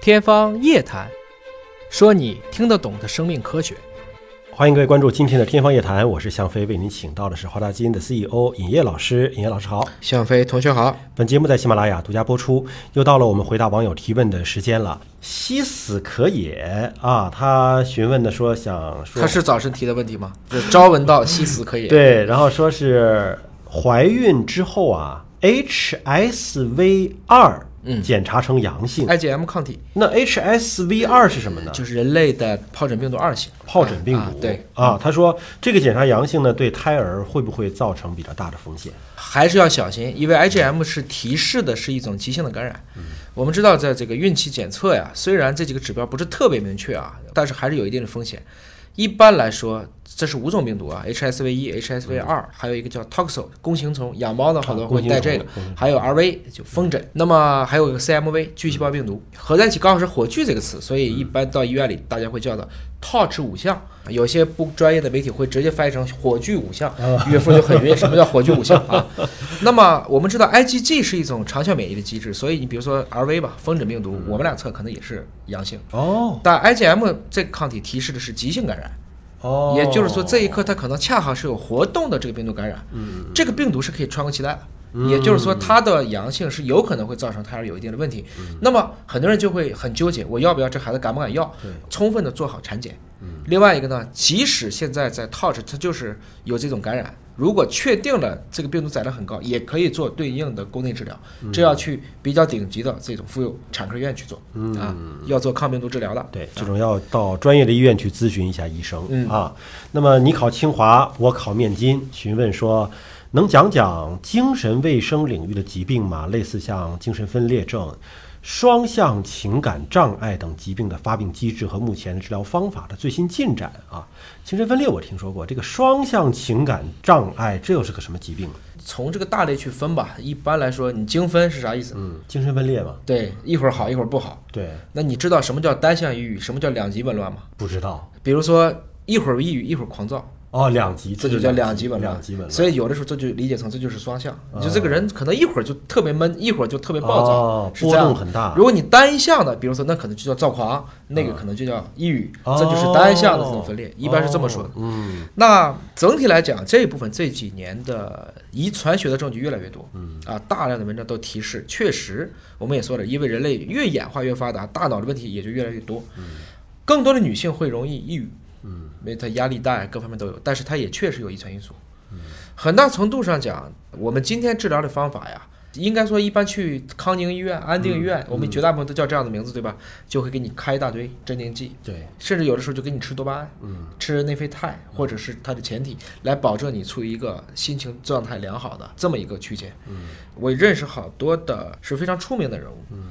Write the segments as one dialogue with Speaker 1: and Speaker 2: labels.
Speaker 1: 天方夜谭，说你听得懂的生命科学。
Speaker 2: 欢迎各位关注今天的天方夜谭，我是向飞，为您请到的是华大基因的 CEO 尹烨老师。尹烨老师好，
Speaker 1: 向飞同学好，
Speaker 2: 本节目在喜马拉雅独家播出。又到了我们回答网友提问的时间了。西死可也啊，他询问的说想说
Speaker 1: 他是早晨提的问题吗？就朝闻道，夕死可也。，
Speaker 2: 对，然后说是怀孕之后啊，HSV 二
Speaker 1: 嗯
Speaker 2: 检查呈阳性，
Speaker 1: ，IgM 抗体
Speaker 2: 那 HSV 二是什么呢？
Speaker 1: 就是人类的疱疹病毒二型。
Speaker 2: 疱疹病毒、
Speaker 1: 啊对
Speaker 2: 啊，他说这个检查阳性呢，对胎儿会不会造成比较大的风险？
Speaker 1: 还是要小心，因为 IgM 是提示的是一种急性的感染。我们知道，在这个孕期检测呀，虽然这几个指标不是特别明确啊，但是还是有一定的风险。一般来说，这是五种病毒啊，HSV 一、HSV 二，还有一个叫 toxo 弓形嗯虫，养猫呢好多会带这个
Speaker 2: 弓，
Speaker 1: 还有 RV 就风疹，那么还有一个 CMV 巨细胞病毒，合在一起刚好是火炬这个词，所以一般到医院里大家会叫它 TORCH 五项，有些不专业的媒体会直接翻译成火炬五项，岳父就很晕，什么叫火炬五项啊？那么我们知道 IgG 是一种长效免疫的机制，所以你比如说 RV 吧，风疹病毒，我们俩测可能也是阳性，
Speaker 2: 哦
Speaker 1: 但 IgM 这个抗体提示的是急性感染。
Speaker 2: 哦，
Speaker 1: 也就是说，这一刻它可能恰好是有活动的这个病毒感染，这个病毒是可以穿过脐带的。也就是说，它的阳性是有可能会造成胎儿有一定的问题。那么很多人就会很纠结，我要不要这孩子敢不敢要？充分的做好产检。嗯另外一个呢，即使现在在 Touch 它就是有这种感染，如果确定了这个病毒载量很高，也可以做对应的宫内治疗，嗯这要去比较顶级的这种妇幼产科医院去做啊，要做抗病毒治疗的。
Speaker 2: 对，这种要到专业的医院去咨询一下医生、
Speaker 1: 嗯
Speaker 2: 啊。那么你考清华，我考面筋，询问说能讲讲精神卫生领域的疾病吗？类似像精神分裂症、双向情感障碍等疾病的发病机制和目前的治疗方法的最新进展啊。精神分裂我听说过，这个双向情感障碍这又是个什么疾病？
Speaker 1: 从这个大类去分吧，一般来说，你精分是啥意思？
Speaker 2: 嗯，精神分裂吗？
Speaker 1: 对，一会儿好，一会儿不好。
Speaker 2: 对，
Speaker 1: 那你知道什么叫单向抑郁，什么叫两极紊乱吗？
Speaker 2: 不知道
Speaker 1: 比如说一会儿抑郁，一会儿狂躁，
Speaker 2: 哦，两级
Speaker 1: 这就叫
Speaker 2: 两
Speaker 1: 两极紊乱。
Speaker 2: 两级紊乱。啊
Speaker 1: 所以有的时候这就理解成这就是双向，你就这个人可能一会儿就特别闷，一会儿就特别暴躁，
Speaker 2: 哦
Speaker 1: 是这
Speaker 2: 波
Speaker 1: 样
Speaker 2: 动
Speaker 1: 的
Speaker 2: 很大。嗯
Speaker 1: 如果你单向的，比如说那可能就叫躁狂，那个可能就叫抑郁，
Speaker 2: 哦
Speaker 1: 这就是单向的这种分裂，一般是这么说的。
Speaker 2: 嗯，
Speaker 1: 那整体来讲，这一部分这几年的遗传学的证据越来越多，啊，大量的文章都提示，确实，我们也说了，因为人类越演化越发达，大脑的问题也就越来越多，更多的女性会容易抑郁，嗯，因为她压力大呀，各方面都有，但是她也确实有遗传因素，很大程度上讲，我们今天治疗的方法呀，应该说一般去康宁医院、安定医院，我们绝大部分都叫这样的名字，对吧？就会给你开一大堆镇定剂，
Speaker 2: 对，
Speaker 1: 甚至有的时候就给你吃多巴胺，
Speaker 2: 嗯，
Speaker 1: 吃内啡肽或者是它的前体，来保证你处于一个心情状态良好的这么一个区间。嗯，我认识好多的是非常出名的人物，嗯，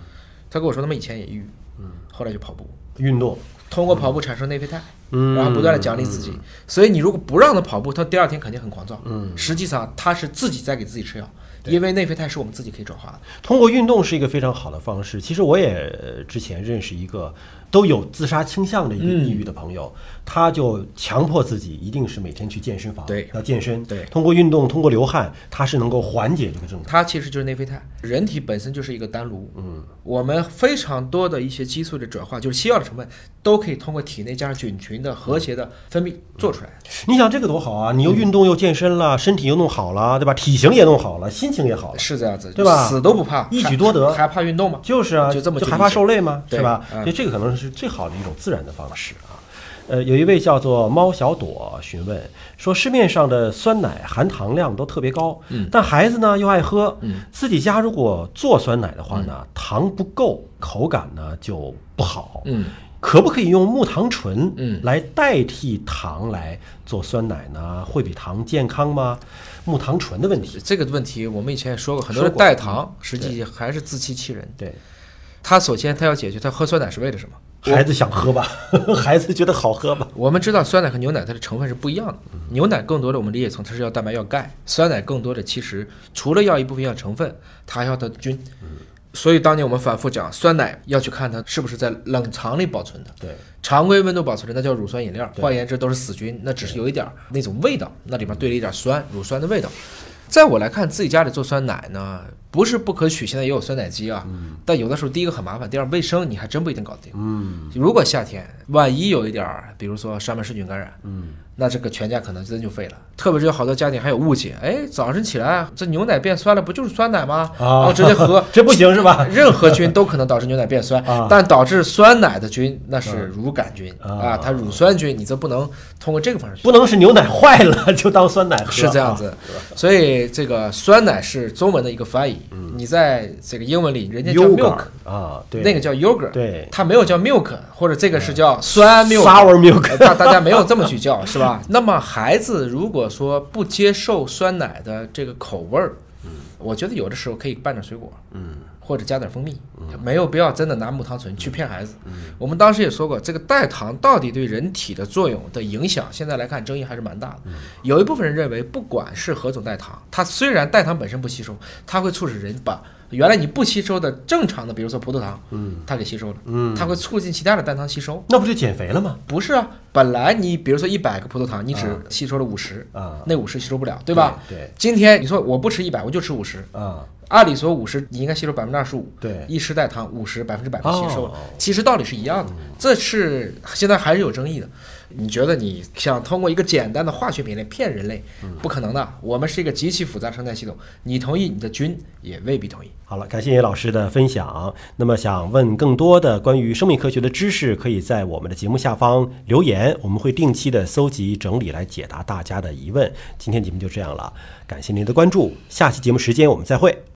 Speaker 1: 他跟我说他们以前也抑郁，嗯，后来就跑步，
Speaker 2: 运动，
Speaker 1: 通过跑步产生内啡肽，
Speaker 2: 嗯
Speaker 1: 然后不断的奖励自己。所以你如果不让他跑步，他第二天肯定很狂躁。
Speaker 2: 嗯，
Speaker 1: 实际上他是自己在给自己吃药，因为内啡肽是我们自己可以转化的。
Speaker 2: 通过运动是一个非常好的方式。其实我也呃之前认识一个都有自杀倾向的一个
Speaker 1: 嗯
Speaker 2: 抑郁的朋友，他就强迫自己一定是每天去健身房，
Speaker 1: 对
Speaker 2: 要健身，
Speaker 1: 对
Speaker 2: 通过运动，通过流汗，他是能够缓解这个症状。
Speaker 1: 它其实就是内啡肽，人体本身就是一个单炉。
Speaker 2: 嗯，
Speaker 1: 我们非常多的一些激素的转化，就是西药的成分，都可以通过体内加上菌群的和谐的分泌做出来。
Speaker 2: 你想这个多好啊！你又运动又健身了，身体又弄好了，对吧？体型也弄好了，心情也好了，
Speaker 1: 嗯是这样子，
Speaker 2: 对吧
Speaker 1: 死都不怕，
Speaker 2: 一举多得
Speaker 1: 还还怕运动吗？
Speaker 2: 就是啊，
Speaker 1: 就这么去
Speaker 2: 害怕
Speaker 1: 理解
Speaker 2: 受累吗？
Speaker 1: 对
Speaker 2: 是吧？
Speaker 1: 嗯
Speaker 2: 所以这个可能是最好的一种自然的方式啊。呃，有一位叫做猫小朵询问说，市面上的酸奶含糖量都特别高，嗯，但孩子呢又爱喝，嗯，自己家如果做酸奶的话
Speaker 1: 嗯
Speaker 2: 呢，糖不够，口感呢就不好，
Speaker 1: 嗯，
Speaker 2: 可不可以用木糖醇
Speaker 1: 嗯
Speaker 2: 来代替糖来做酸奶呢？会比糖健康吗？木糖醇的问题，
Speaker 1: 这个问题我们以前也说过，很多
Speaker 2: 说
Speaker 1: 人
Speaker 2: 过
Speaker 1: 代糖实际还是自欺欺人。
Speaker 2: 对，
Speaker 1: 他首先他要解决他喝酸奶是为了什么？
Speaker 2: 孩子想喝吧， 孩子觉得好喝吧，
Speaker 1: 我们知道酸奶和牛奶它的成分是不一样的，牛奶更多的我们理解成它是要蛋白要钙，酸奶更多的其实除了要一部分要成分，它还要它的菌。所以当年我们反复讲，酸奶要去看它是不是在冷藏里保存的，
Speaker 2: 对。
Speaker 1: 常规温度保存的那叫乳酸饮料，换言之都是死菌，那只是有一点儿那种味道，那里面兑了一点酸乳酸的味道。在我来看，自己家里做酸奶呢，不是不可取，现在也有酸奶机啊。但有的时候，第一个很麻烦，第二卫生你还真不一定搞定。
Speaker 2: 嗯
Speaker 1: 如果夏天万一有一点儿，比如说沙门氏菌感染，
Speaker 2: 嗯，
Speaker 1: 那这个全家可能真就废了。特别是有好多家庭还有误解，哎，早晨起来这牛奶变酸了，不就是酸奶吗？然
Speaker 2: 啊
Speaker 1: 后，直接喝
Speaker 2: ，这不行是吧？
Speaker 1: 任何菌都可能导致牛奶变酸，
Speaker 2: 啊
Speaker 1: 但导致酸奶的菌那是乳杆菌、
Speaker 2: 啊
Speaker 1: 啊，它乳酸菌，你则不能通过这个方式去。
Speaker 2: 不能是牛奶坏了 就当酸奶喝，啊
Speaker 1: 是这样子，所以这个酸奶是中文的一个翻译，你在这个英文里人家叫 milk，
Speaker 2: 嗯，yogurt 啊，对，
Speaker 1: 那个叫 yogurt，
Speaker 2: 对啊
Speaker 1: 它没有叫 milk，或者这个是叫酸 milk。
Speaker 2: sour milk，
Speaker 1: 呃大大家没有这么去叫，是吧？ 那么孩子如果说不接受酸奶的这个口味儿，我觉得有的时候可以拌点水果，
Speaker 2: 嗯，
Speaker 1: 或者加点蜂蜜，没有必要真的拿木糖醇去骗孩子。
Speaker 2: 嗯
Speaker 1: 我们当时也说过，这个代糖到底对人体的作用的影响，现在来看争议还是蛮大
Speaker 2: 嗯
Speaker 1: 的。有一部分人认为，不管是何种代糖，它虽然代糖本身不吸收，它会促使人把原来你不吸收的正常的，比如说葡萄糖，
Speaker 2: 嗯，
Speaker 1: 它给吸收了，
Speaker 2: 嗯，
Speaker 1: 它会促进其他的代糖吸收。
Speaker 2: 那不就减肥了吗？
Speaker 1: 不是啊，本来你比如说一百个葡萄糖，你只吸收了五十、
Speaker 2: 啊，
Speaker 1: 那五十吸收不了，对吧？
Speaker 2: 嗯对？对
Speaker 1: 今天你说我不吃一百，我就吃五十，
Speaker 2: 啊，
Speaker 1: 按理说五十你应该吸收百分之二十五，
Speaker 2: 对，
Speaker 1: 一时代糖五十百分之百的吸收了，
Speaker 2: 哦嗯
Speaker 1: 其实道理是一样的，这是现在还是有争议的。你觉得你想通过一个简单的化学品来骗人类，
Speaker 2: 嗯
Speaker 1: 不可能的。我们是一个极其复杂生态系统，你同意你的菌也未必同意。
Speaker 2: 好了，感谢叶老师的分享。那么想问更多的关于生命科学的知识，可以在我们的节目下方留言，我们会定期的搜集整理来解答大家的疑问。今天节目就这样了，感谢您的关注，下期节目时间我们再会。